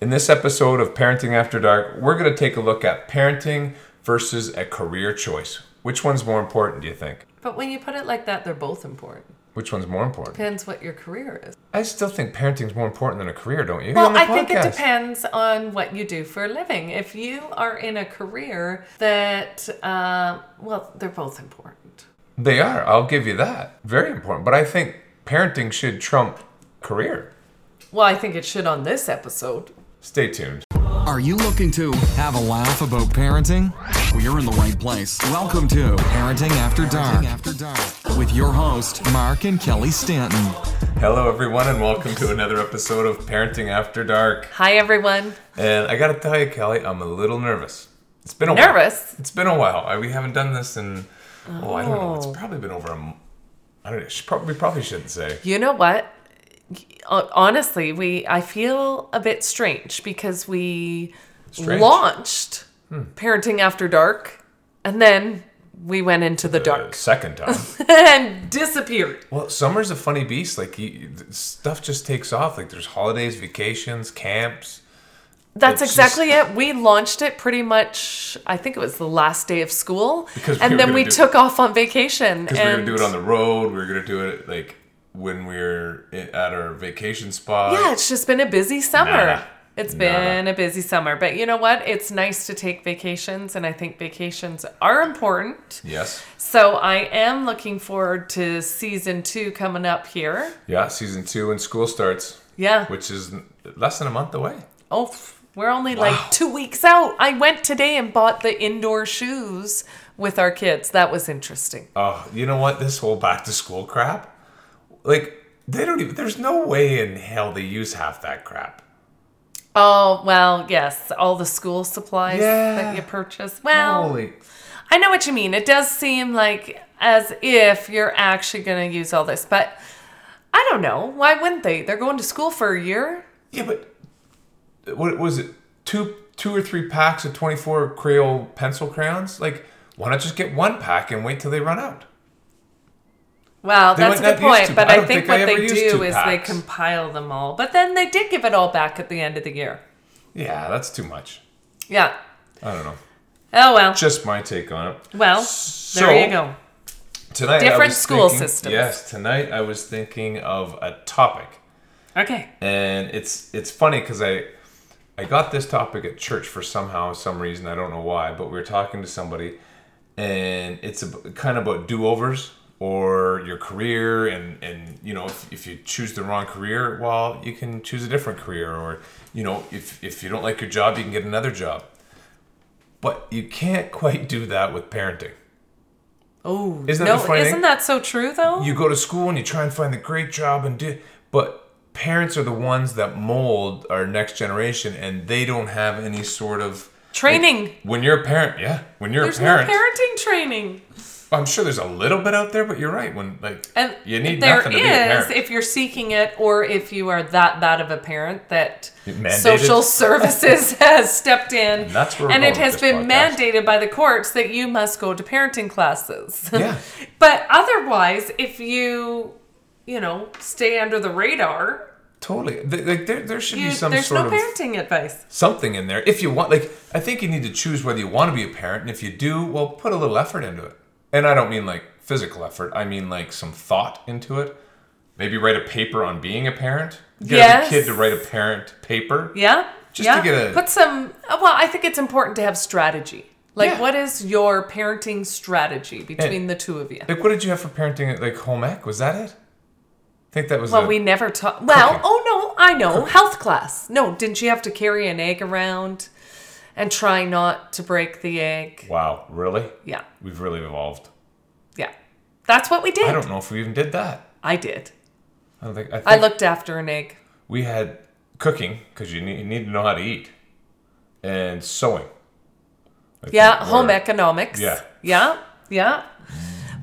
In this episode of Parenting After Dark, we're going to take a look at parenting versus a career choice. Which one's more important, do you think? But when you put it like that, they're both important. Which one's more important? Depends what your career is. I still think parenting's more important than a career, don't you? You're on Well, a I think it podcast. depends on what you do for a living. If you are in a career that, uh, well, they're both important. They are. I'll give you that. Very important. But I think parenting should trump career. Well, I think it should on this episode. Stay tuned. Are you looking to have a laugh about parenting? Well, you're in the right place. Welcome to Parenting After Dark, with your host, Mark and Kelly Stanton. Hello, everyone, and welcome to another episode of Parenting After Dark. Hi, everyone. And I gotta tell you, Kelly, I'm a little nervous. It's been a while. Nervous? It's been a while. I, we haven't done this in oh, I don't know. It's probably been over a. m- I don't know. She probably, we probably shouldn't say. You know what? Hon- Honestly, we I feel a bit strange because we Strange? Hmm. launched Parenting After Dark, and then we went into the Uh, dark second time. and disappeared. well, summer's a funny beast. Like you, you- stuff just takes off. Like there's holidays, vacations, camps. That's It's exactly it. We launched it pretty much. I think it was the last day of school, Because we and were then gonna we do- took off on vacation. Because we were and- gonna do it on the road. We were gonna do it like when we were i- at our vacation spot. Yeah, it's just been a busy summer. Nada. It's been Nada. a busy summer, but you know what? It's nice to take vacations, and I think vacations are important. Yes. So I am looking forward to season two coming up here. Yeah. Season two when school starts, Yeah. which is n- less than a month away. Oh, f- we're only like two weeks out. I went today and bought the indoor shoes with our kids. That was interesting. Oh, you know what? This whole back to school crap, like they don't even. There's no way in hell they use half that crap. Oh, well, yes. All the school supplies Yeah. Oh. that you purchase. Well, Holy, I know what you mean. It does seem like as if you're actually going to use all this, but I don't know. Why wouldn't they? They're going to school for a year. yeah, but what was it? Two, two or three packs of twenty-four Creole pencil crayons. Like, why not just get one pack and wait till they run out? Wow, They that's a might good not use point. two- But I I, don't think, think I what ever they used do two is they packs. compile them all. But then they did give it all back at the end of the year. Yeah, that's too much. Yeah. I don't know. Oh well. Just my take on it. Well, there So- you go. Tonight, I Different was school thinking- systems. Yes, tonight I was thinking of a topic. Okay. and it's it's funny because I I got this topic at church for somehow some reason I don't know why, but we were talking to somebody, and it's ab kind of about do overs or your career and and you know if, if you choose the wrong career, well you can choose a different career or you know if if you don't like your job you can get another job, but you can't quite do that with parenting. Oh, Isn't that no, the funny thing? isn't that so true though? you go to school and you try and find the great job and do but parents are the ones that mold our next generation and they don't have any sort of training. when you're a parent yeah when you're There's a parent no parenting training. i'm sure there's a little bit out there but you're right when like And you need there nothing to be a parent is, if you're seeking it, or if you are that bad of a parent that Mandated. social services has stepped in, and, that's where we're it going has with this been podcast. mandated by the courts that you must go to parenting classes. Yeah. but otherwise, if you, you know, stay under the radar, totally Th- like there, there should you, be some there's sort no of parenting advice. something in there if you want like i think you need to choose whether you want to be a parent and if you do well put a little effort into it and i don't mean like physical effort i mean like some thought into it maybe write a paper on being a parent get Yes. a kid to write a parent paper Yeah. Just yeah. to get a- put some. uh, Well, I think it's important to have strategy. Like, Yeah. what is your parenting strategy between the two of you? like what did you have for parenting at like home ec was that it i think that was Well, it. we never taught. Well, Cooking. oh no, I know. Health class. No, didn't you have to carry an egg around and try not to break the egg? wow really Yeah, we've really evolved yeah. That's what we did. i I, don't know if we even did that did. i don't think i, think I looked after an egg. we had cooking because you need, you need to know how to eat and sewing I Yeah, think home we're- economics. Yeah. Yeah, yeah.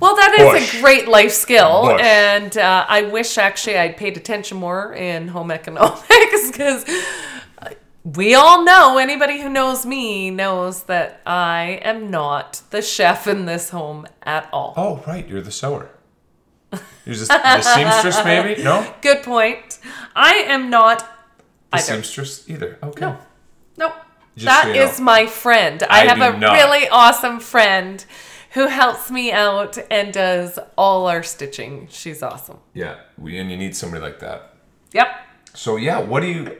Well, that is Bush. a great life skill, Bush. and uh, I wish actually I'd paid attention more in home economics because we all know anybody who knows me knows that I am not the chef in this home at all. Oh, right, you're the sewer. You're just the seamstress, maybe? No? Good point. I am not The either. seamstress either. Okay. No. Nope. Just that so you is know. my friend. I, I have do a not. really awesome friend who helps me out and does all our stitching. She's awesome. Yeah. We, and you need somebody like that. Yep. So yeah, what do you?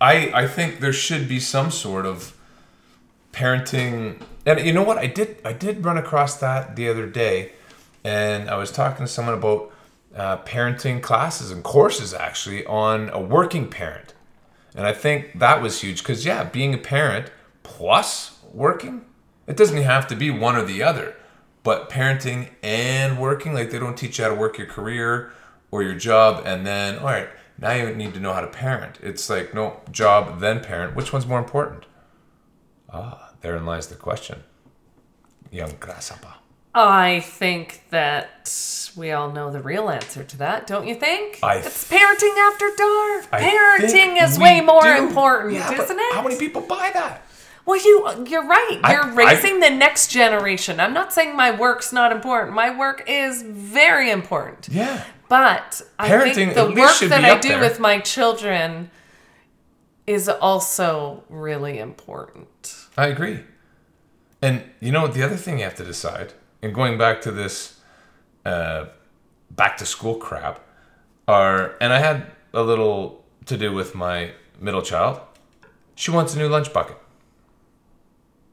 I I think there should be some sort of parenting, and you know what? I did I did run across that the other day, and I was talking to someone about uh, parenting classes and courses actually on a working parent, and I think that was huge because yeah, being a parent plus working, it doesn't have to be one or the other. But parenting and working, like they don't teach you how to work your career or your job, and then all right, now you need to know how to parent. It's like no job then parent. Which one's more important? Ah, therein lies the question. Young grasshopper. I think that we all know the real answer to that, don't you think? I it's parenting after dark. I think parenting is we way more do. important, Yeah, but isn't it? How many people buy that? Well, you you're right. I- You're I- raising the next generation. I'm not saying my work's not important. My work is very important. Yeah. But I Parenting think the at least work should that be I up do there. with my children is also really important. I agree. And you know the other thing you have to decide, and going back to this uh, back to school crap, are and I had a little to do with my middle child. She wants a new lunch bucket. Mm-hmm.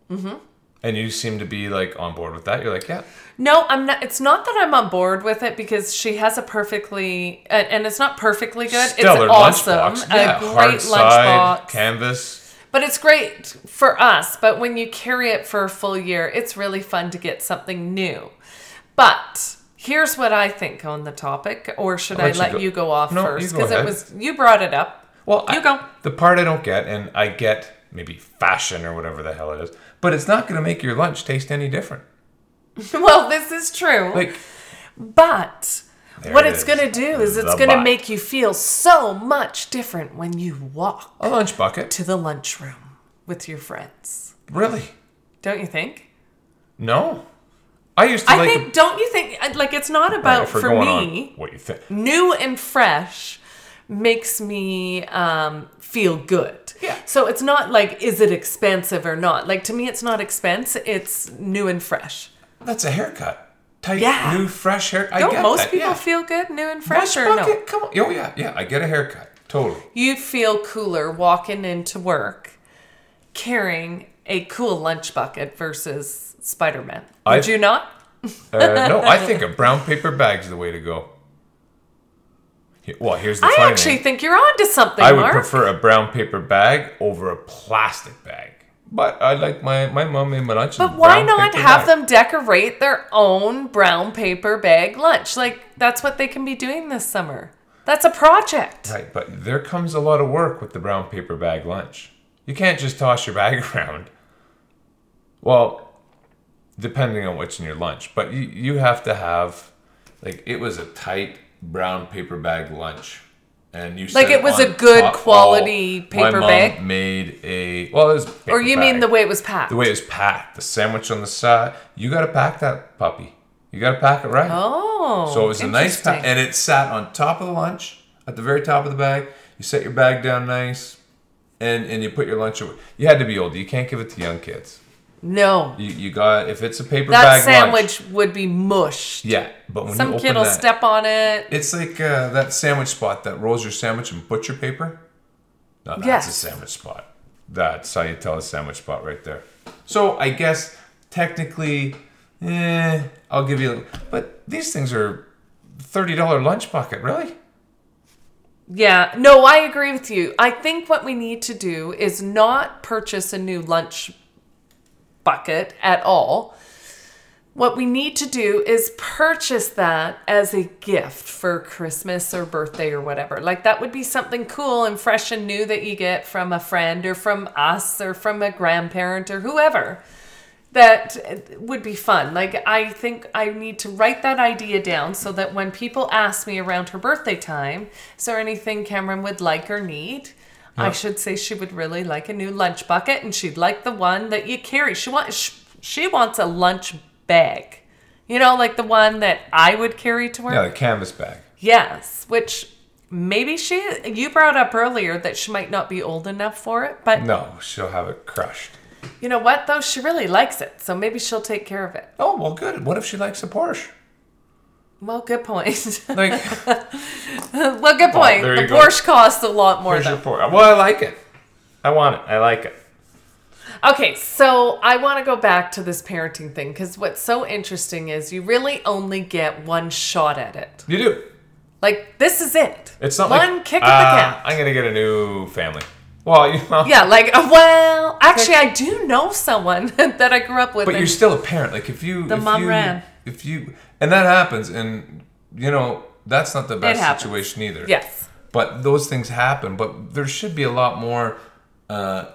Mm-hmm. And you seem to be like on board with that. You're like, yeah, No, I'm not. It's not that I'm on board with it because she has a perfectly and, and it's not perfectly good. stellar it's awesome, lunchbox. a Yeah, great hard side, lunchbox. canvas. But it's great for us, but when you carry it for a full year, it's really fun to get something new. But here's what I think on the topic, or should I let you let go- you go off No, you first? go it ahead. was you brought it up. Well, You I- go. The part I don't get, and I get maybe fashion or whatever the hell it is, but it's not going to make your lunch taste any different. well, this is true. Like but There what it it's is. going to do is it's The going to but. make you feel so much different when you walk a lunch bucket, to the lunchroom with your friends. really? Don't you think? No, I used to I like. think, don't you think, uh, like, it's not All about, right, if we're for going me, on what you think? new and fresh makes me um, feel good. Yeah. So it's not like is it expensive or not. Like to me, it's not expense. It's new and fresh. That's a haircut, tight, Yeah. new, fresh hair. I Don't get most that, people yeah. feel good, new and lunch fresh, or bucket? no? Come on, oh yeah, yeah. I get a haircut, totally. You feel cooler walking into work carrying a cool lunch bucket versus Spider Man. Would I've- you not? Uh, no, I think a brown paper bag's the way to go. He- Well, here's the I funny actually thing. think you're onto something, I would Mark. prefer a brown paper bag over a plastic bag. But I like my my mom made my lunch. But why not have them decorate their own brown paper bag lunch? Like that's what they can be doing this summer. That's a project. Right, but there comes a lot of work with the brown paper bag lunch. You can't just toss your bag around. Well, depending on what's in your lunch, but you, you have to have like it was a tight brown paper bag lunch. And you Like, set it was on a good top- quality oh, my paper mom bag? Made a well, it was a Or paper you mean bag. the way it was packed? The way it was packed, the sandwich on the side. You got to pack that puppy. You got to pack it right. oh, so it was a nice pack, interesting. and it sat on top of the lunch at the very top of the bag. You set your bag down nice, and and you put your lunch away. You had to be old. You can't give it to young kids. No, You, you got if it's a paper that bag lunch. sandwich would be mushed. Yeah, but when you Some open kid will that, step on it. it's like uh, that sandwich spot that rolls your sandwich and butcher paper. No, that's a Yes. sandwich spot. That's how you tell a sandwich spot right there. So I guess technically, eh, I'll give you. But these things are thirty dollar lunch bucket, really. Yeah, no, I agree with you. I think what we need to do is not purchase a new lunch bucket at all. What we need to do is purchase that as a gift for Christmas or birthday or whatever. Like that would be something cool and fresh and new that you get from a friend or from us or from a grandparent or whoever that would be fun. Like, I think I need to write that idea down so that when people ask me around her birthday time, is there anything Cameron would like or need? I should say she would really like a new lunch bucket and she'd like the one that you carry. She wants she wants a lunch bag. You know, like the one that I would carry to work. Yeah, the canvas bag. Yes, which maybe she you brought up earlier that she might not be old enough for it, but No, she'll have it crushed. you know what though? She really likes it, so maybe she'll take care of it. Oh well, good. What if she likes a Porsche? Well, good point. Like oh, well, good point. there the you go. Porsche costs a lot more here's your though. Porsche. Well, I like it. I want it. I like it. Okay, so I want to go back to this parenting thing because what's so interesting is you really only get one shot at it. You do. Like this is it. It's not one like, kick "Ah, at the I'm cat. gonna get a new family. Well, you know, Yeah, like uh, well, actually, I do know someone that I grew up with. But and- you're still a parent. Like if you if mom you, ran. If you and that happens, and you know that's not the best happens. situation either. yes, But those things happen. But there should be a lot more uh,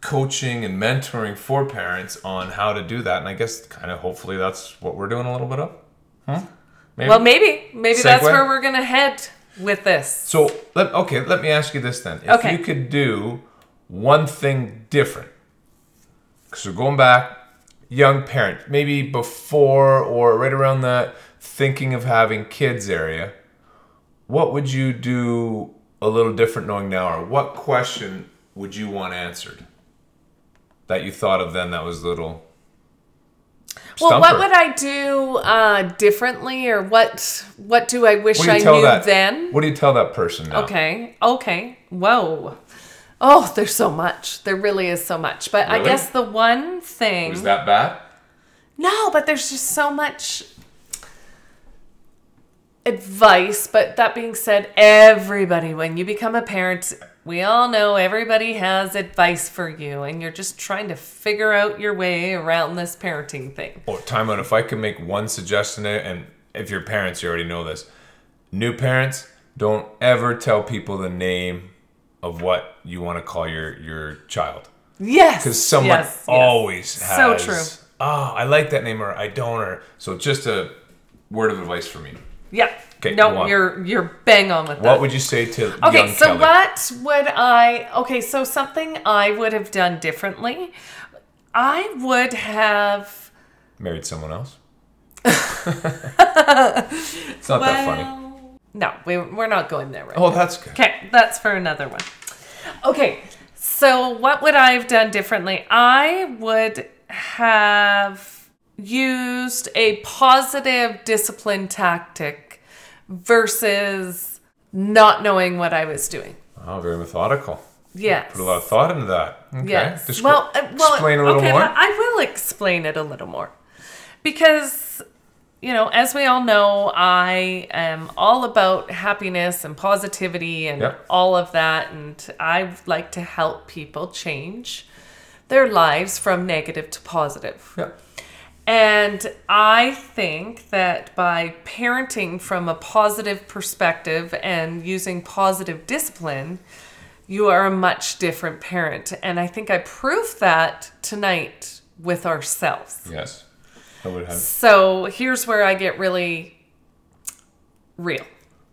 coaching and mentoring for parents on how to do that. And I guess kind of hopefully that's what we're doing a little bit of. Hmm? Maybe. well, maybe maybe that's Segue? where we're gonna head with this. So let, okay, let me ask you this then. If Okay. you could do one thing different, because we're going back, young parent, maybe before or right around that thinking of having kids area, what would you do a little different knowing now, or what question would you want answered that you thought of then that was a little. Well, what stumper? would I do uh, differently, or what what do I wish What do I you tell knew that? then? What do you tell that person now? Okay. Okay. Whoa. Oh, there's so much. There really is so much. But I Really? guess the one thing. Was that bad? no, but there's just so much advice. But that being said, everybody, when you become a parent, we all know everybody has advice for you, and you're just trying to figure out your way around this parenting thing. Or time out. If I could make one suggestion, there, and if you're parents, you already know this. New parents, don't ever tell people the name of what you want to call your your child, Yes. because someone yes, yes. always So has. true. Oh, I like that name, or I don't, or so. Just a word of advice for me. Yeah. Okay, go no, on. you're you're bang on with that. What would you say to Okay, young so Kelly? what would I? Okay, so something I would have done differently. I would have. Married someone else. it's not that funny. well, No, we, we're not going there right Oh, that's good. Okay, that's for another one. Okay, so what would I have done differently? I would have used a positive discipline tactic versus not knowing what I was doing. Oh, very methodical. Yes. Put a lot of thought into that. Okay. Yes. Descri- well, uh, well, explain a little okay, more. well, I will explain it a little more because, you know, as we all know, I am all about happiness and positivity and Yep. all of that. And I like to help people change their lives from negative to positive. yeah. And I think that by parenting from a positive perspective and using positive discipline, you are a much different parent. And I think I proved that tonight with ourselves. Yes. I would have. So here's where I get really real.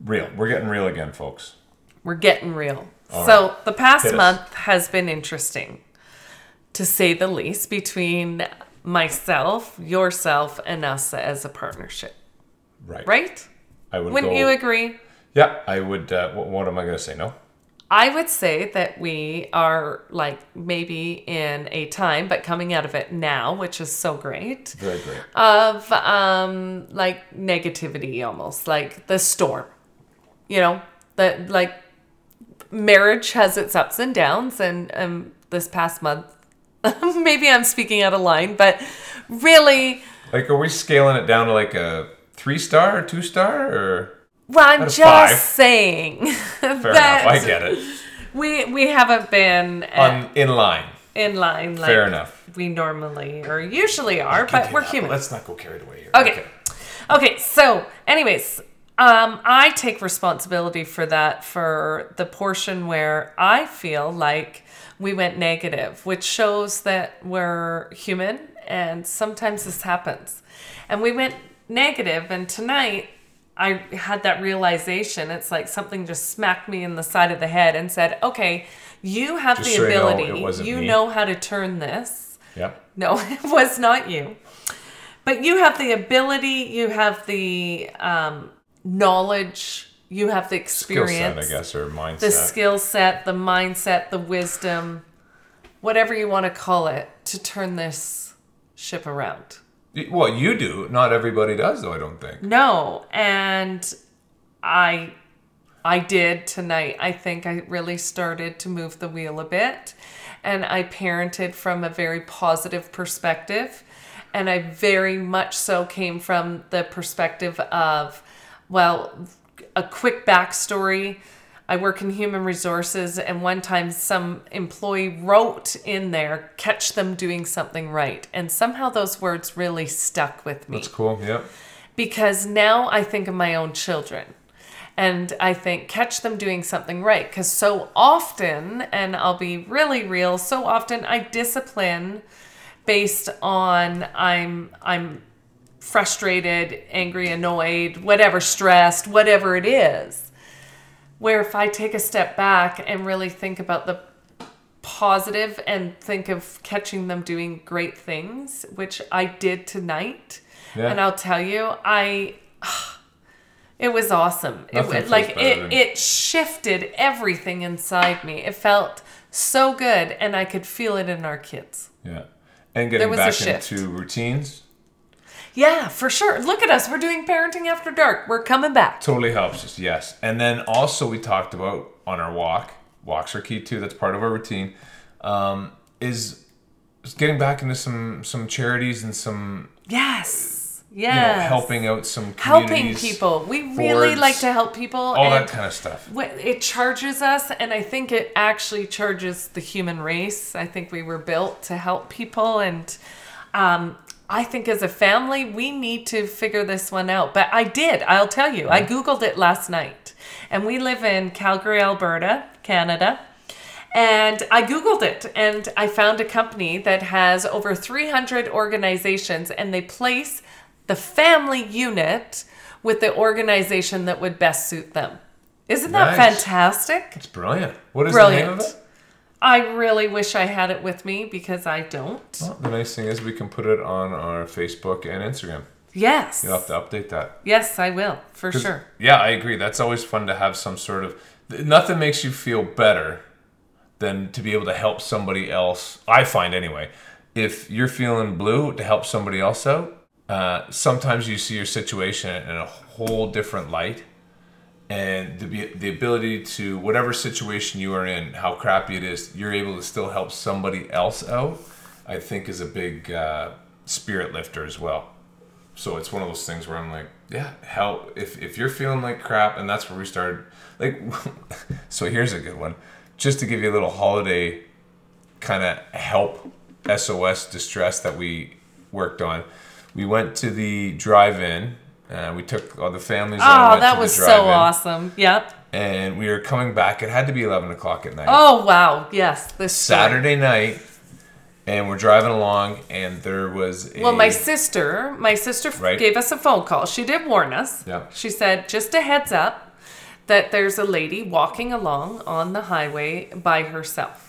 Real. We're getting real again, folks. We're getting real. so the past Hit us. month has been interesting, to say the least, between myself, yourself, and us as a partnership. Right. right? I would Wouldn't go, you agree? Yeah, I would. Uh, what, what am I going to say? No. I would say that we are like maybe in a time, but coming out of it now, which is so great, Very great. of um like negativity almost, like the storm. You know, that like marriage has its ups and downs, and um, this past month, maybe I'm speaking out of line, but really. Like, are we scaling it down to like a three star, two star, or? Well, I'm of just five. saying Fair that enough. I get it. we we haven't been at- On in line. in line like Fair enough. we normally or usually are, but Okay, we're now, human. Let's not go carried away here. Okay. Okay, so anyways, um I take responsibility for that for the portion where I feel like we went negative, which shows that we're human and sometimes this happens. And we went negative and tonight I had that realization. It's like something just smacked me in the side of the head and said, "Okay, you have Just the so you know, it ability. wasn't you me. know how to turn this." Yeah. No, it was not you. But you have the ability, you have the um, knowledge you have the skill experience, set, I guess, or mindset. the skill set, the mindset, the wisdom, whatever you want to call it, to turn this ship around. well, you do. Not everybody does, though. I don't think. No, and I I did tonight. I think I really started to move the wheel a bit and I parented from a very positive perspective and I very much so came from the perspective of well a quick backstory I work in human resources, and one time some employee wrote in there, catch them doing something right. And somehow those words really stuck with me That's cool. Yep. because now I think of my own children. And I think catch them doing something right. Because so often, and I'll be really real, so often I discipline based on I'm I'm frustrated, angry, annoyed, whatever, stressed, whatever it is. Where if I take a step back and really think about the positive and think of catching them doing great things, which I did tonight. Yeah. And I'll tell you, I it was awesome. It Nothing was feels like better it, than- it shifted everything inside me. It felt so good and I could feel it in our kids. Yeah. And getting was a back shift. into routines Yeah, for sure. Look at us. We're doing parenting after dark. We're coming back. totally helps us. Yes. And then also we talked about on our walk. Walks are key too. That's part of our routine. Um, is is getting back into some some charities and some Yes. you know, Yes. helping out some helping communities, people. We really boards, like to help people. all and that kind of stuff. Wh- it charges us and i think it actually charges the human race i think we were built to help people and um, i think as a family we need to figure this one out but i did i'll tell you i googled it last night and we live in calgary alberta canada and I Googled it and I found a company that has over 300 organizations and they place the family unit with the organization that would best suit them. Isn't that Nice. fantastic? It's brilliant. What is the name Brilliant. of it? I really wish I had it with me because I don't. Well, the nice thing is we can put it on our Facebook and Instagram. Yes. You'll have to update that. Yes, I will, for 'Cause- sure. Yeah, I agree. That's always fun to have some sort of. th- Nothing makes you feel better than to be able to help somebody else. I find anyway, if you're feeling blue, to help somebody else out. Uh, sometimes you see your situation in a whole different light, and the be- the ability to whatever situation you are in, how crappy it is, you're able to still help somebody else out. I think is a big uh, spirit lifter as well. So it's one of those things where I'm like, yeah, hell, if, if you're feeling like crap, and that's where we started. Like, so here's a good one. Just to give you a little holiday kind of help SOS distress that we worked on, we went to the drive in. Uh, we took all the families. and I Oh, went to that the was so drive-in, awesome. Yep. And we were coming back. It had to be 11 o'clock at night. Oh, wow. Yes. This story. Saturday night. And we're driving along, and there was a. Well, my sister, my sister f- Right. gave us a phone call. She did warn us. Yeah. She said, just a heads up that there's a lady walking along on the highway by herself.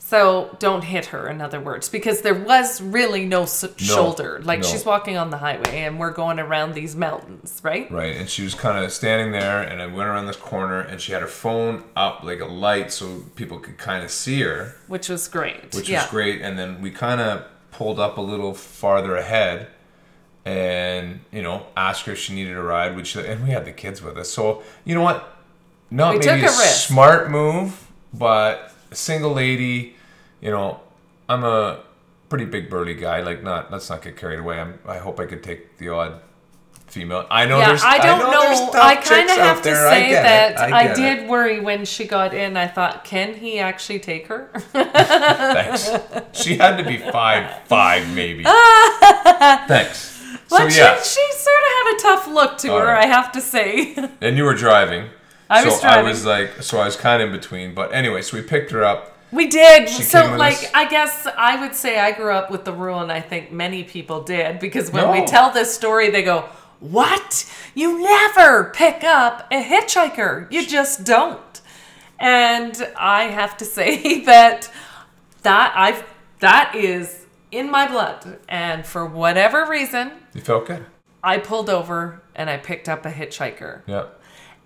So don't hit her, in other words, because there was really no, s shoulder. Like no. she's walking on the highway and we're going around these mountains, right? Right, and she was kind of standing there, and I went around this corner, and she had her phone up like a light so people could kind of see her, Which was great. which yeah. was great. And then we kind of pulled up a little farther ahead, and you know, asked her if she needed a ride. Which and we had the kids with us, so you know what? Not We took maybe a a risk. smart move, but a single lady, you know, I'm a pretty big burly guy. Like, not let's not get carried away. I'm, I hope I could take the odd female. I know. Yeah, there's, I don't there's know. tough I kind chicks of out have to there. I say get it. that I, get it. did worry when she got in. I thought, can he actually take her? Thanks. She had to be five five maybe. Thanks. So But yeah, she, she sort of had a tough look to All her, right. I have to say. and you were driving. I so was I was like, so I was kind of in between. But anyway, so we picked her up. we did. She so, came with like, us- I guess I would say I grew up with the rule, and I think many people did, because when we No. tell this story, they go, What? You never pick up a hitchhiker. You just don't. And I have to say that that I've that is in my blood. And for whatever reason, You felt good. I pulled over and I picked up a hitchhiker. Yeah.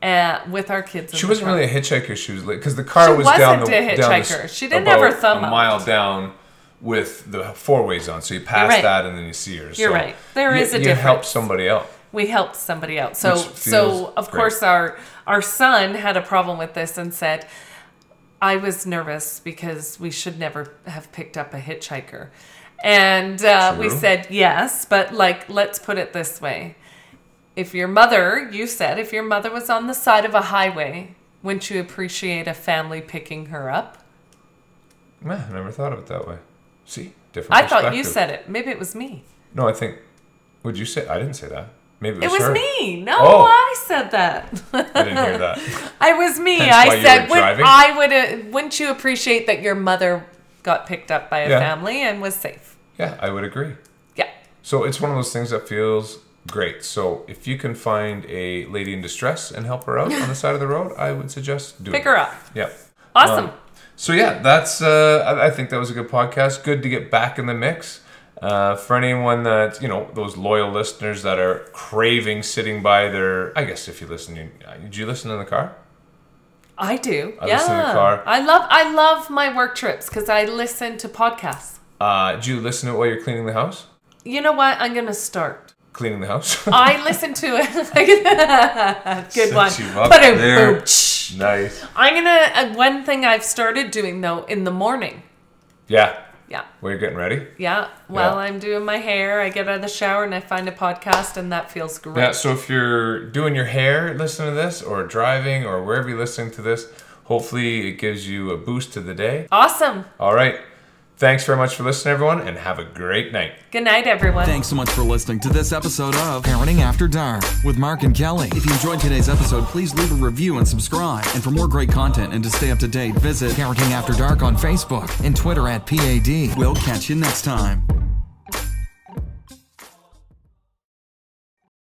uh, with our kids. in She the wasn't truck. really a hitchhiker. She was because the car She was down the wasn't down a the s- hitchhiker. She didn't about have her thumb a out. mile down with the four ways on. So you pass right. that and then you see her. You're so right. There you, is a you help difference. somebody out. we helped somebody out. So Which so feels of great. course our our son had a problem with this and said I was nervous because we should never have picked up a hitchhiker. And uh, we True. said yes, but like let's put it this way. If your mother, you said if your mother was on the side of a highway, wouldn't you appreciate a family picking her up? Man, I never thought of it that way. See, different. I thought you perspective. said it. Maybe it was me. No, I think. Would you say? I didn't say that. Maybe it was, It was her. me. No, Oh. I said that. I didn't hear that. I was me. Hence why I you said, were would, driving. I would. Uh, wouldn't you appreciate that your mother got picked up by a Yeah. family and was safe? Yeah, I would agree. Yeah. So it's one of those things that feels great. So if you can find a lady in distress and help her out on the side of the road, I would suggest doing Pick it. her up. Yeah. Awesome. So yeah, that's. Uh, I, I think that was a good podcast. Good to get back in the mix. Uh, for anyone that you know, those loyal listeners that are craving sitting by their. I guess if you listen, you, uh, did you listen in the car? I do. I yeah. listen in the car. I love I love my work trips because I listen to podcasts. Uh, did you listen to it while you're cleaning the house? You know what? I'm gonna start. Cleaning the house. I listen to it. Good Set one. you up But I'm- there. Shh. nice. I'm gonna. Uh, one thing I've started doing though in the morning. Yeah. Yeah. Well, you're getting ready. Yeah. While Yeah. I'm doing my hair, I get out of the shower and I find a podcast, and that feels great. Yeah, so if you're doing your hair, listening to this, or driving, or wherever you're listening to this, hopefully it gives you a boost to the day. Awesome. All right. Thanks very much for listening, everyone, and have a great night. Good night, everyone. Thanks so much for listening to this episode of Parenting After Dark with Mark and Kelly. If you enjoyed today's episode, please leave a review and subscribe. And for more great content and to stay up to date, visit Parenting After Dark on Facebook and Twitter at PAD. We'll catch you next time.